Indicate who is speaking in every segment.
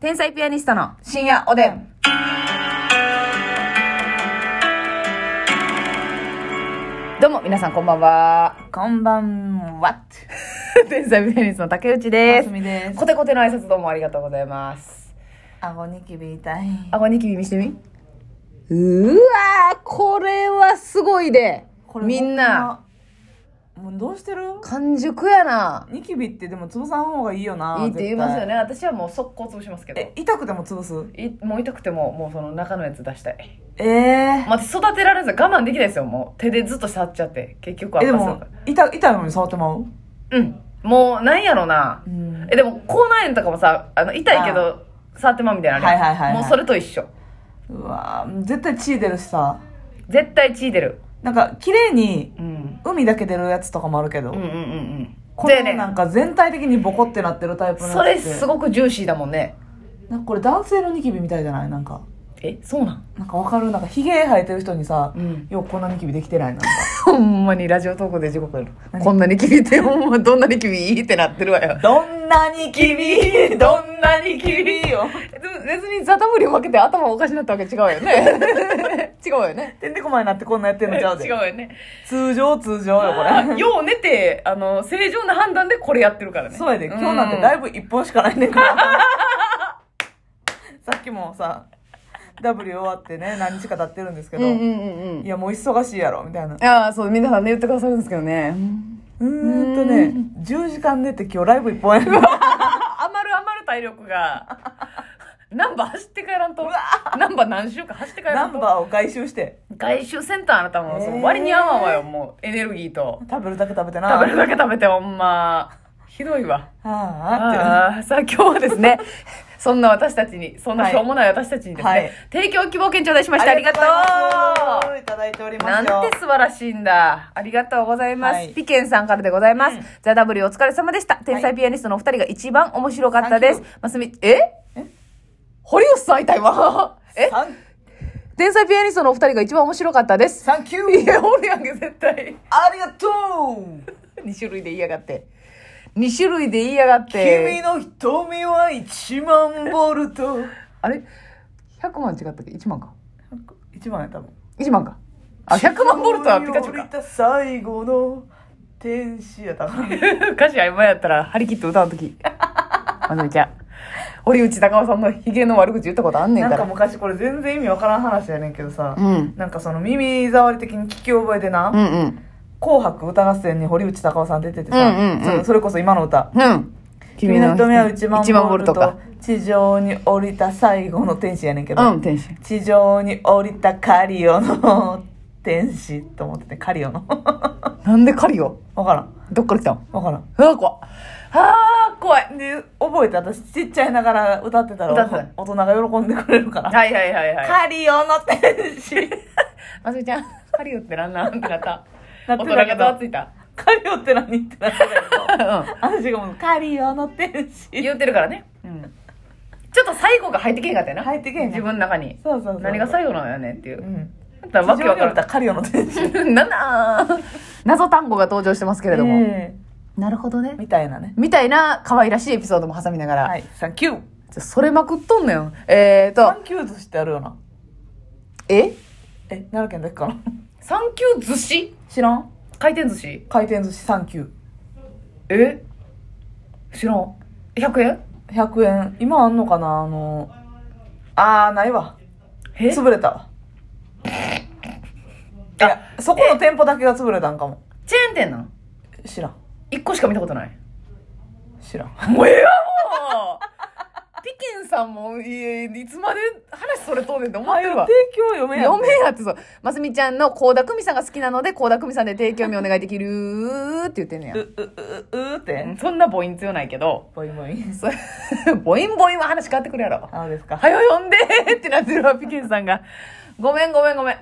Speaker 1: 天才ピアニストの深夜おでん。どうも、皆さんこんばんは。
Speaker 2: こんばんは。
Speaker 1: 天才ピアニストの竹内です
Speaker 2: す。みです
Speaker 1: コ。テコテの挨拶どうもありがとうございます。
Speaker 2: 顎ニキビ痛い。
Speaker 1: あ、ニキビ見してみうわー、これはすごいで。みんな、。
Speaker 2: もうどうしてる
Speaker 1: 完熟やな。
Speaker 2: ニキビってでも潰さん方がいいよな。
Speaker 1: いいって言いますよね。
Speaker 2: ね。
Speaker 1: 私はもう速攻潰しますけど。
Speaker 2: え、痛くても潰す
Speaker 1: いもう痛くても、もうその中のやつ出したい。
Speaker 2: ええ。
Speaker 1: まず育てられず我慢できないですよ、もう。手でずっと触っちゃって。結局は
Speaker 2: え、でも、痛、痛いのに触ってまう
Speaker 1: うん。もう、なんやろな。
Speaker 2: ん。
Speaker 1: え、でも、口内炎とかもさ、あの、痛いけど、触ってまうみたいなのあるやん
Speaker 2: はいはいはいはい
Speaker 1: もうそれと一緒。
Speaker 2: うわぁ絶対血出るしさ。
Speaker 1: 絶対血出る。
Speaker 2: なんか、綺麗に、
Speaker 1: うん。
Speaker 2: 海だけ出るやつとかもあるけど、
Speaker 1: うんうんうんうん。
Speaker 2: こ
Speaker 1: で
Speaker 2: のな
Speaker 1: ね、
Speaker 2: んか全体的にボコってなってるタイプのやつ
Speaker 1: それ
Speaker 2: って
Speaker 1: すごくジューシーだもんね。
Speaker 2: なんかこれ男性のニキビみたいじゃないなんか
Speaker 1: え、そうなん
Speaker 2: なんかわかるなんかヒゲ生えてる人にさ、
Speaker 1: うん
Speaker 2: ようこんなニキビできてないなんか
Speaker 1: ほんまにラジオトークで地獄やる
Speaker 2: 何
Speaker 1: んなにキビって、ほんまどんなにキビいいってなってるわよ。
Speaker 2: どんなに君、どんなに君よ。
Speaker 1: でも別にザタブリ負けて頭おかしなったわけ違うよね。 違うよね。
Speaker 2: てんてこまになってこんなやってんのちゃうで。
Speaker 1: 違うよね。
Speaker 2: 通常、通常よ、これ。
Speaker 1: よう寝て、あの、正常な判断でこれやってるからね。
Speaker 2: そうやで、今日なんてだい
Speaker 1: ぶ。
Speaker 2: ぶ一本しかないねんから。 さっきもさ、W 終わってね、何日か経ってるんですけ
Speaker 1: うん
Speaker 2: ど、
Speaker 1: うん
Speaker 2: い
Speaker 1: うんうん。
Speaker 2: や、もう忙しいやろ、みたいな。
Speaker 1: ああ、そう、皆さんね、言ってくださるんですけどね。
Speaker 2: うーんとね、10時間寝て今日ライブ一本やる。
Speaker 1: あ余る余る体力が。ナンバー走って帰らんと。ナンバー何週間走って帰
Speaker 2: ナ
Speaker 1: らん
Speaker 2: ン
Speaker 1: と。
Speaker 2: バーを回収して、
Speaker 1: 外周センターあなたも、そ
Speaker 2: え
Speaker 1: の
Speaker 2: ー
Speaker 1: 割に合わんわよ、もう、エネルギーと。
Speaker 2: 食べるだけ食べてな。
Speaker 1: 食べるだけ食べて、ほんま。ひどいわ。
Speaker 2: あーあっ
Speaker 1: ああさあ今日はです ねそんな私たちにそんな
Speaker 2: はい
Speaker 1: しょうもない私たちにですね、
Speaker 2: はい
Speaker 1: 提供希望券頂戴しま
Speaker 2: て。
Speaker 1: してありがとう
Speaker 2: ありがとうございますいただいております
Speaker 1: な
Speaker 2: よ。
Speaker 1: んて素晴らしいんだありがとうございます、
Speaker 2: はい
Speaker 1: ピケンさんからでございます、ザ・ダブリお疲れ様でした天才ピアニストのお二人が一番面白かったです
Speaker 2: サン
Speaker 1: ますみえ堀吉さんいた今え
Speaker 2: サン
Speaker 1: 天才ピアニストのお二人が一番面白かったです
Speaker 2: サンキュ
Speaker 1: い
Speaker 2: ー
Speaker 1: やおるやんけ絶対
Speaker 2: ありがとう
Speaker 1: 2種類で言いやがって2種類で言いやがって
Speaker 2: 君の瞳は1万ボルト
Speaker 1: あれ100万違ったっけ1万か
Speaker 2: 1万や多分
Speaker 1: 1万か。あ、100万ボルトはピカチュウ
Speaker 2: 君を降
Speaker 1: か
Speaker 2: り。た最後の天使や多分
Speaker 1: 歌詞曖昧やったら張り切って歌うとき。まなみちゃん。堀内孝雄さんのヒゲの悪口言ったことあんねん
Speaker 2: な
Speaker 1: か
Speaker 2: ん
Speaker 1: ら。
Speaker 2: か昔これ全然意味わからん話やねんけどさ、
Speaker 1: うん
Speaker 2: なんかその耳障り的に聞き覚えでな「
Speaker 1: うんうん。
Speaker 2: 紅白歌合戦」に堀内孝雄さん出ててさ、
Speaker 1: うんうんうん
Speaker 2: それそれこそ今の歌
Speaker 1: うん。
Speaker 2: 「君の瞳は1万
Speaker 1: 一万
Speaker 2: ボルト」
Speaker 1: か。
Speaker 2: 地上に降りた最後の天使やねんけど、
Speaker 1: うん、天使。
Speaker 2: 地上に降りたカリオの天使と思っててカリオの
Speaker 1: なんで狩りよ。
Speaker 2: わからん
Speaker 1: どっから来たん
Speaker 2: わから
Speaker 1: うわ、怖い。あー、怖い。
Speaker 2: んで覚えて私ちっちゃいながら歌ってた
Speaker 1: 歌って
Speaker 2: ら
Speaker 1: た
Speaker 2: お大人が喜んでくれるから、
Speaker 1: はいはいはいはい。
Speaker 2: カリオの天使
Speaker 1: まつみちゃん、狩りよってなんなんってなった。 大
Speaker 2: なってたけど
Speaker 1: 人がざわついた。
Speaker 2: カリオって何ってなったけど
Speaker 1: うん。
Speaker 2: 私がもうカリオの天使
Speaker 1: 言ってるからね。うん。ちょっと最後が入ってけへんかったよな。
Speaker 2: 入ってけへんかった
Speaker 1: 自分の中に。
Speaker 2: そうそうそう
Speaker 1: 何が最後なんやねんっていうう。
Speaker 2: ん
Speaker 1: だったらわ
Speaker 2: 地
Speaker 1: け
Speaker 2: 上
Speaker 1: わ
Speaker 2: に
Speaker 1: から
Speaker 2: 降り
Speaker 1: ん
Speaker 2: た。カリオの天使
Speaker 1: なんだ謎単語が登場してますけれども、
Speaker 2: え
Speaker 1: なるほど
Speaker 2: え
Speaker 1: ね
Speaker 2: みたいなね
Speaker 1: みたいな可愛らしいエピソードも挟みながら、
Speaker 2: はいサンキュー
Speaker 1: じゃそれまくっとんのよえー
Speaker 2: サ
Speaker 1: と
Speaker 2: ンキュー寿司ってあるよな
Speaker 1: え
Speaker 2: え奈良県だけかな
Speaker 1: サンキュー寿司
Speaker 2: 知らん
Speaker 1: 回転寿司
Speaker 2: 回転寿司サンキュー
Speaker 1: え知らん100円
Speaker 2: 100円今あんのかなあのあーないわ
Speaker 1: え
Speaker 2: 潰れたわ
Speaker 1: あ
Speaker 2: いやそこの店舗だけが潰れたんかも
Speaker 1: チェーン店なん
Speaker 2: 知らん
Speaker 1: 1個しか見たことない
Speaker 2: 知らん
Speaker 1: もうええわもうピケンさんもいえいつまで話それとんねんって思ってるわ
Speaker 2: 提供読めやん
Speaker 1: 読めやってそう。ますみちゃんの倖田來未さんが好きなので、倖田來未さんで提供名お願いできるーって言ってんねや
Speaker 2: う。ううううって
Speaker 1: そんな母音強ないけど、
Speaker 2: ボイボイ
Speaker 1: そ母音母音は話変わってくるやろ。
Speaker 2: ああですか
Speaker 1: はよ呼んでーってなってるわ、ピケンさんが。ごめんごめんごめん。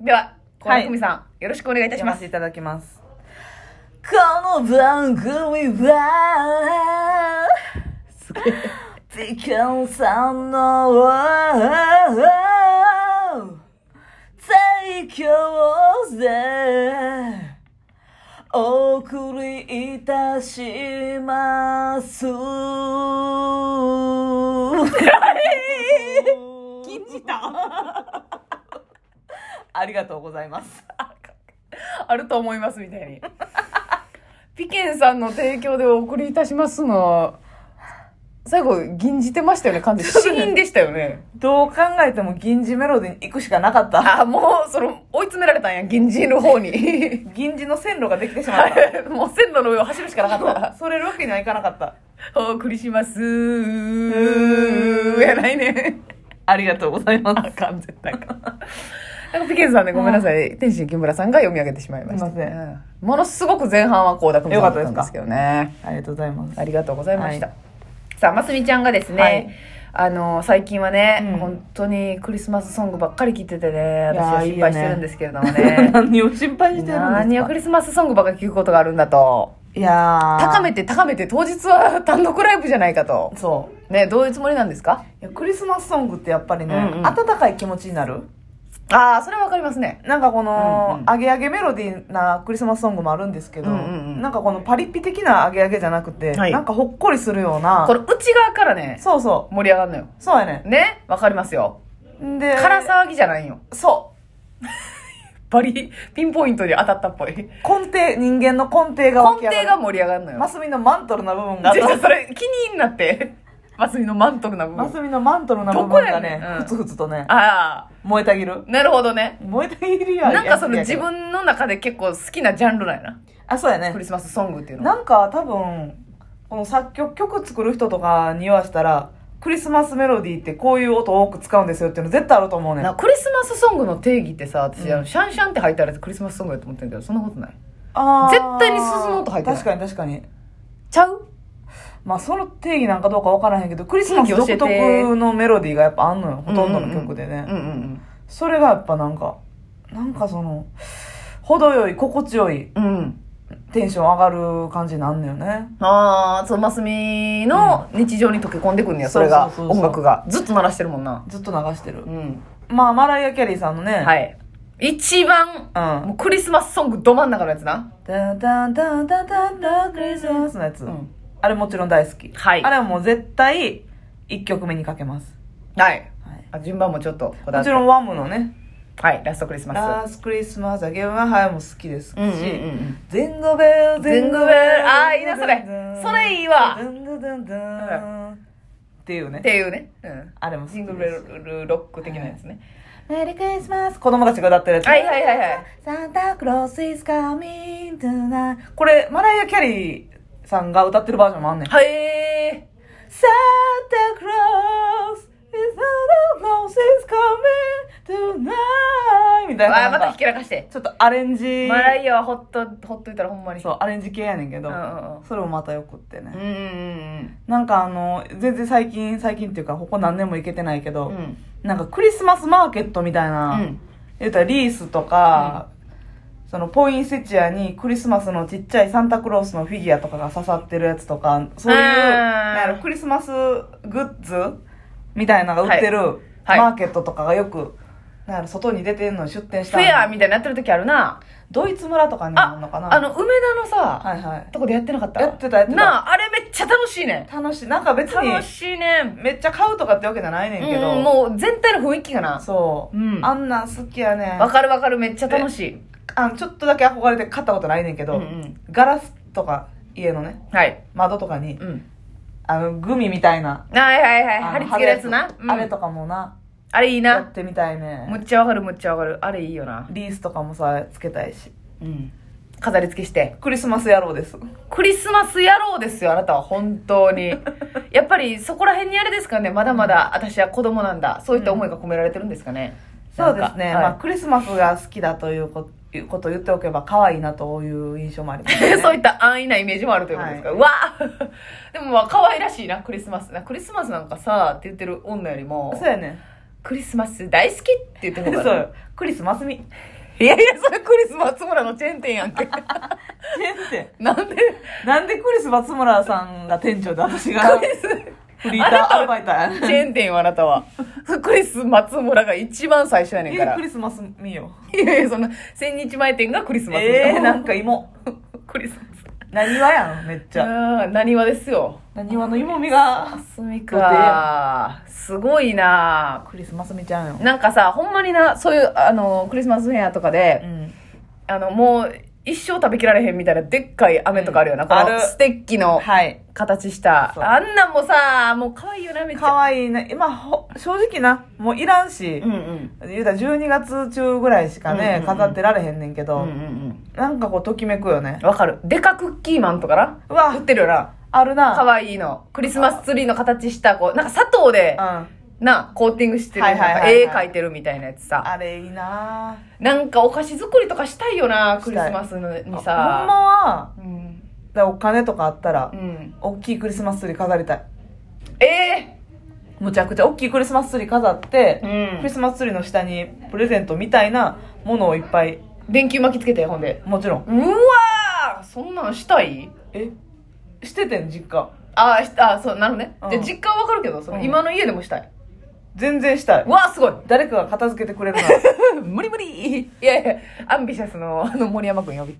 Speaker 1: では、小田
Speaker 2: はい
Speaker 1: 久美さん、よろしくお願いいたし
Speaker 2: 読
Speaker 1: ま。
Speaker 2: ますせていただきますこの番組は
Speaker 1: すげえ。
Speaker 2: ティカンさんの最強でお送りいたします。
Speaker 1: るって。
Speaker 2: 禁じた ありがとうございます
Speaker 1: あると思いますみたいに。ピケンさんの提供でお送りいたしますの、最後、銀じてましたよね、完全に。死因でしたよね。
Speaker 2: どう考えても銀次メロディーに行くしかなかった
Speaker 1: あ、もう、その、追い詰められたんや、銀じの方 に。
Speaker 2: 銀次の線路ができてしまっ
Speaker 1: はいもう線路の上を走るしかなかった
Speaker 2: たそれるわけにはいかなかった
Speaker 1: た。お送りしますー。やないね。
Speaker 2: ありがとうございます
Speaker 1: あかん、絶対あかん。なんかピケンさんね、ごめんなさい。天心木村さんが読み上げてしまいました。
Speaker 2: すいません
Speaker 1: うんものすごく前半は倖田來未さんだったんですけどね。
Speaker 2: ありがとうございます
Speaker 1: ありがとうございました。
Speaker 2: は
Speaker 1: さあ、ますみちゃんがですね、
Speaker 2: はい
Speaker 1: あの、最近はね、
Speaker 2: うん
Speaker 1: 本当にクリスマスソングばっかり聴いててね、
Speaker 2: いやー
Speaker 1: 私はい
Speaker 2: い
Speaker 1: 心
Speaker 2: よ
Speaker 1: 配
Speaker 2: ね
Speaker 1: してるんですけれど もね。
Speaker 2: 何を心配してるんで
Speaker 1: 何
Speaker 2: す
Speaker 1: をク
Speaker 2: か
Speaker 1: リスマスソングばっかり聴くことがあるんだと。
Speaker 2: いやー
Speaker 1: 高めて高めて当日は単独ライブじゃないかと。
Speaker 2: そう
Speaker 1: ね、どういうつもりなんですか
Speaker 2: いやクリスマスソングってやっぱりね、
Speaker 1: うんうん
Speaker 2: 温かい気持ちになる
Speaker 1: ああ、それはわかりますね。
Speaker 2: なんかこの、
Speaker 1: うんうん
Speaker 2: アゲアゲメロディーなクリスマスソングもあるんですけど、
Speaker 1: うんうんうん
Speaker 2: なんかこのパリピ的なアゲアゲじゃなくて、
Speaker 1: はい
Speaker 2: なんかほっこりするような
Speaker 1: この内側からね、
Speaker 2: そうそう
Speaker 1: 盛り上がるのよ。
Speaker 2: そうやね
Speaker 1: ねわかりますよ。
Speaker 2: んで
Speaker 1: から騒ぎじゃないよ。
Speaker 2: そ
Speaker 1: バリ、ピンポイントに当たったっぽい。
Speaker 2: う根底人間の根底が
Speaker 1: 根
Speaker 2: 湧き上がる
Speaker 1: 底が盛り上がるのよ。
Speaker 2: マスミのマントルな部分が
Speaker 1: じゃあそれ気になって。マスミのマントルな部分。
Speaker 2: マ
Speaker 1: あ
Speaker 2: スミのマントルな部分がね
Speaker 1: どこやねんうん
Speaker 2: ふつふつとね
Speaker 1: あ
Speaker 2: 燃えたぎる
Speaker 1: ー、なるほどね。
Speaker 2: 燃えたぎるや
Speaker 1: なんかその
Speaker 2: やつ
Speaker 1: 自
Speaker 2: やけど
Speaker 1: 分の中で結構好きなジャンルなんやな。
Speaker 2: あそうやね
Speaker 1: クリスマスソングっていうのは。
Speaker 2: なんか多分この作曲曲作る人とかに言わしたらクリスマスメロディーってこういう音多く使うんですよっていうの絶対あると思うね
Speaker 1: なんクリスマスソングの定義ってさ、私、
Speaker 2: うん
Speaker 1: あのシャンシャンって入ったらクリスマスソングやと思ってんけど、そんなことない。
Speaker 2: あー
Speaker 1: 絶対に鈴の音入ってない
Speaker 2: 確かに確かに
Speaker 1: ちゃう
Speaker 2: まあその定義なんかどうか分からへんけどクリスマス独
Speaker 1: 定義教えて
Speaker 2: 特のメロディーがやっぱあんのよほとんどの曲でね、
Speaker 1: うんうんうん。
Speaker 2: それがやっぱなんかなんかその程よい心地よい
Speaker 1: うんうんうん。
Speaker 2: テンション上がる感じになんのよね
Speaker 1: ああ、そのマスミの日常に溶け込んでくんねや、
Speaker 2: うん
Speaker 1: それが、
Speaker 2: そうそうそうそう
Speaker 1: 音楽が。ずっと鳴らしてるもんな。
Speaker 2: ずっと流してる
Speaker 1: うん。
Speaker 2: まあマライア・キャリーさんのね、、
Speaker 1: はいい。一番、
Speaker 2: うん
Speaker 1: もうクリスマスソングど真ん中のやつな。
Speaker 2: ダンダンダンダンダンダンクリスマスのやつ、
Speaker 1: うん
Speaker 2: あれもちろん大好き、
Speaker 1: はい
Speaker 2: あれはもう絶対1曲目にかけます、
Speaker 1: はい。
Speaker 2: はい、
Speaker 1: あ順番もちょっとこだわ
Speaker 2: も
Speaker 1: っ
Speaker 2: ち
Speaker 1: て。
Speaker 2: ろんワムのね
Speaker 1: はい、ラストクリス
Speaker 2: 「
Speaker 1: マス。
Speaker 2: ラースクリスマス」だけははいも好きです
Speaker 1: う
Speaker 2: し、
Speaker 1: んうんうん。
Speaker 2: ゼンゴベル
Speaker 1: ゼンゴベル、ああ、いいな、それ。それいいわ。
Speaker 2: ドゥンドゥンドゥンドゥンっていうね
Speaker 1: っていうね。うん。
Speaker 2: あれも好き
Speaker 1: シング
Speaker 2: です
Speaker 1: ルロック的なやつね。
Speaker 2: メリークリスマス子供たちが歌ってるやつ。
Speaker 1: はいはいはいはい。
Speaker 2: サンタクロース is coming tonight これ、マライア・キャリーさんが歌ってるバージョンもあんねん。
Speaker 1: はい。
Speaker 2: サンタクロース is Santa Claus is coming tonight みたいな。
Speaker 1: あー、また
Speaker 2: な
Speaker 1: ひ
Speaker 2: んか
Speaker 1: けらかして。
Speaker 2: ちょっとアレンジ、
Speaker 1: マライアはほっと、ほっといたらほんまに。
Speaker 2: そう、アレンジ系やねんけど、
Speaker 1: うんうんうん
Speaker 2: それもまたよくってね。
Speaker 1: うんうん
Speaker 2: なんかあの、全然最近、最近っていうか、ここ何年も行けてないけど、
Speaker 1: うんうん。うん。
Speaker 2: なんかクリスマスマーケットみたいな、
Speaker 1: うん
Speaker 2: 言うたらリースとか、そのポインセチアにクリスマスのちっちゃいサンタクロースのフィギュアとかが刺さってるやつとか、そういう、
Speaker 1: あー
Speaker 2: なんやろクリスマスグッズみたいなのが売ってる、
Speaker 1: はい
Speaker 2: マーケットとかがよく、なんやろ外に出てんのに出店し
Speaker 1: フ
Speaker 2: た
Speaker 1: ェアみたいになってる時あるな。
Speaker 2: ドイツ村とかにもあるのかな
Speaker 1: あの、梅田のさ、
Speaker 2: はいはい。
Speaker 1: とこでやってなかった
Speaker 2: やってたやってた
Speaker 1: なあ、あれめっちゃ楽しいね
Speaker 2: 楽しい。なんか別
Speaker 1: ん。楽
Speaker 2: に、
Speaker 1: しいねん。
Speaker 2: めっちゃ買うとかってわけじゃないねんけど、
Speaker 1: うん、もう全体の雰囲気がな。
Speaker 2: そう、
Speaker 1: うん
Speaker 2: あんなん好きやねん
Speaker 1: わかるわかる、めっちゃ楽しい。
Speaker 2: あのちょっとだけ憧れて買ったことないねんけど、
Speaker 1: うんうん
Speaker 2: ガラスとか家のね
Speaker 1: はい。
Speaker 2: 窓とかに、
Speaker 1: うん。
Speaker 2: あのグミみたいな
Speaker 1: はいはいはい。貼
Speaker 2: あの
Speaker 1: り付けるやつな。
Speaker 2: 貼るやつ
Speaker 1: うん
Speaker 2: あれとかもな
Speaker 1: あれいいな
Speaker 2: やっ。てみたい
Speaker 1: む
Speaker 2: ね
Speaker 1: っちゃわかるむっちゃわかる。あれいいよな。
Speaker 2: リースとかもさつけたいし
Speaker 1: うん。飾り付けして。
Speaker 2: クリスマス野郎です
Speaker 1: クリスマス野郎ですよ、あなたは本当 に。やっぱりそこら辺にあれですかね、まだまだ私は子供なんだ。そういった思いが込められてるんですかね。
Speaker 2: そうですね、
Speaker 1: なん
Speaker 2: まあ、
Speaker 1: か
Speaker 2: クリスマスが好きだというこいうことを言っておけば可愛いなという印象もあります
Speaker 1: はい
Speaker 2: ね
Speaker 1: そういった安易なイメージもあるということですから、うわあ でもまあ可愛らしいな、クリスマスな。クリスマスなんかさ、って言ってる女よりも
Speaker 2: そう、やね
Speaker 1: クリスマス大好きって言って
Speaker 2: そ
Speaker 1: る 方が
Speaker 2: うクリスマスみ
Speaker 1: いやいや、それクリスマス村のチェーン店やんけ。
Speaker 2: って
Speaker 1: なんで、
Speaker 2: なんでクリスマス村さんが店長で私 が
Speaker 1: クリス
Speaker 2: フリーターアルバイターやねん
Speaker 1: チェーン店よ、あなたは。クリス松村が一番最初やねん
Speaker 2: い
Speaker 1: か
Speaker 2: や
Speaker 1: ら。
Speaker 2: クリスマス見よ
Speaker 1: いやいや、その、千日前店がクリスマス。
Speaker 2: えー、なんか芋
Speaker 1: クリスマス。
Speaker 2: 何わやん、めっちゃ。
Speaker 1: うん、なにわですよ。
Speaker 2: 何わのいもみが。
Speaker 1: すみか。すごいな
Speaker 2: クリスマスみちゃんよ。
Speaker 1: なんかさ、ほんまにな、そういう、あの、クリスマスフェアとかで、
Speaker 2: ん。
Speaker 1: あの、もう、一生食べきられへんみたいな、でっかい飴とかあるよな。
Speaker 2: うん
Speaker 1: こ
Speaker 2: ある
Speaker 1: のステッキの
Speaker 2: はい。
Speaker 1: 形した。
Speaker 2: そう
Speaker 1: あんなんもさ、もう可愛いよな、めっちゃ。
Speaker 2: かわいいな。今、ほ正直な、もういらんし、
Speaker 1: うんうん。
Speaker 2: 言うたら12月中ぐらいしかね、
Speaker 1: うんうんうん
Speaker 2: 飾ってられへんねんけ
Speaker 1: う
Speaker 2: ど、
Speaker 1: んうん
Speaker 2: なんかこう、ときめくよね
Speaker 1: うん。。わかる。デカクッキーマンとかな。
Speaker 2: うわ
Speaker 1: 売っ、てるよな。
Speaker 2: あるな。
Speaker 1: 可愛いの。クリスマスツリーの形した、こう、なんか砂糖で、
Speaker 2: うん。
Speaker 1: な、コーティングしてる。
Speaker 2: は
Speaker 1: ないん
Speaker 2: はいはい
Speaker 1: か
Speaker 2: はい
Speaker 1: 絵描いてるみたいなやつさ。
Speaker 2: あれいいな
Speaker 1: なんかお菓子作りとかしたいよな、クリスマスのに
Speaker 2: ほん
Speaker 1: さ。
Speaker 2: まは、
Speaker 1: うん。
Speaker 2: だからお金とかあったら
Speaker 1: う、ん。
Speaker 2: 大きいクリスマスツリー飾りたい。
Speaker 1: ええ
Speaker 2: むちゃくちゃ大きいクリスマスツリー飾って、
Speaker 1: うん
Speaker 2: クリスマスツリーの下にプレゼントみたいなものをいっぱい
Speaker 1: 電球巻きつけて、ほんで。
Speaker 2: もちろん
Speaker 1: うわーそんなんしたい
Speaker 2: えしててん実家
Speaker 1: あーしあ、そう、なるほどね。
Speaker 2: うん
Speaker 1: じゃあ実家はわかるけど、その、
Speaker 2: うん
Speaker 1: 今の家でもしたい。
Speaker 2: 全然したいう
Speaker 1: わーすご い
Speaker 2: 誰かが片付けてくれるな
Speaker 1: 無理無理いやいや、アンビシャスの、あの、森山くん呼び。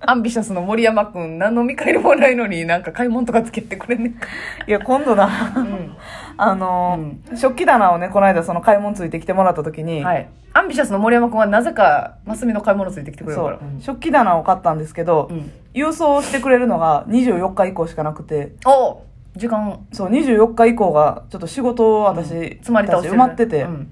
Speaker 1: アンビシャスの森山くん、何の見返りもないのに、なんか買い物とかつけてくれんねんか。
Speaker 2: いや今度
Speaker 1: う
Speaker 2: な
Speaker 1: ん。
Speaker 2: あのー食器棚をねこの間その買い物ついてきてもらった時に、
Speaker 1: はい。アンビシャスの森山くんはなぜか、マスミの買い物ついてきてくれる
Speaker 2: そ
Speaker 1: か
Speaker 2: う
Speaker 1: ら。うん
Speaker 2: 食器棚を買ったんですけど、
Speaker 1: うん。
Speaker 2: 郵送してくれるのが24日以降しかなくて
Speaker 1: おう時間、
Speaker 2: そう24日以降がちょっと仕事を私、
Speaker 1: 詰まり倒してる
Speaker 2: たち埋まってて、
Speaker 1: うん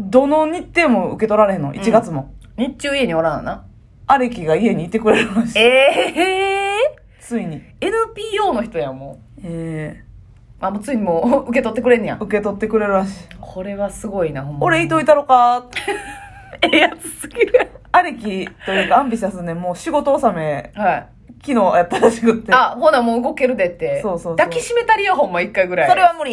Speaker 2: どの日程も受け取られへんの1月も、
Speaker 1: 日中家におらんな。
Speaker 2: アレキが家にいてくれまし
Speaker 1: え
Speaker 2: た
Speaker 1: え
Speaker 2: ついに、
Speaker 1: ー、NPO の人やんもう。
Speaker 2: え
Speaker 1: あ、もうついにもう 受け取ってくれんねや。
Speaker 2: 受け取ってくれるらしい
Speaker 1: これはすごいな、ほんま。
Speaker 2: 俺い
Speaker 1: と
Speaker 2: といたろかー
Speaker 1: ええやつすぎる。
Speaker 2: アレキというかアンビシャスねもう仕事納め
Speaker 1: はい。
Speaker 2: 昨日やったらしくって
Speaker 1: あ、ほなもう動けるでって。
Speaker 2: そうそうそう
Speaker 1: 抱きしめたりよ、ほんま、一回ぐらい。
Speaker 2: それは無理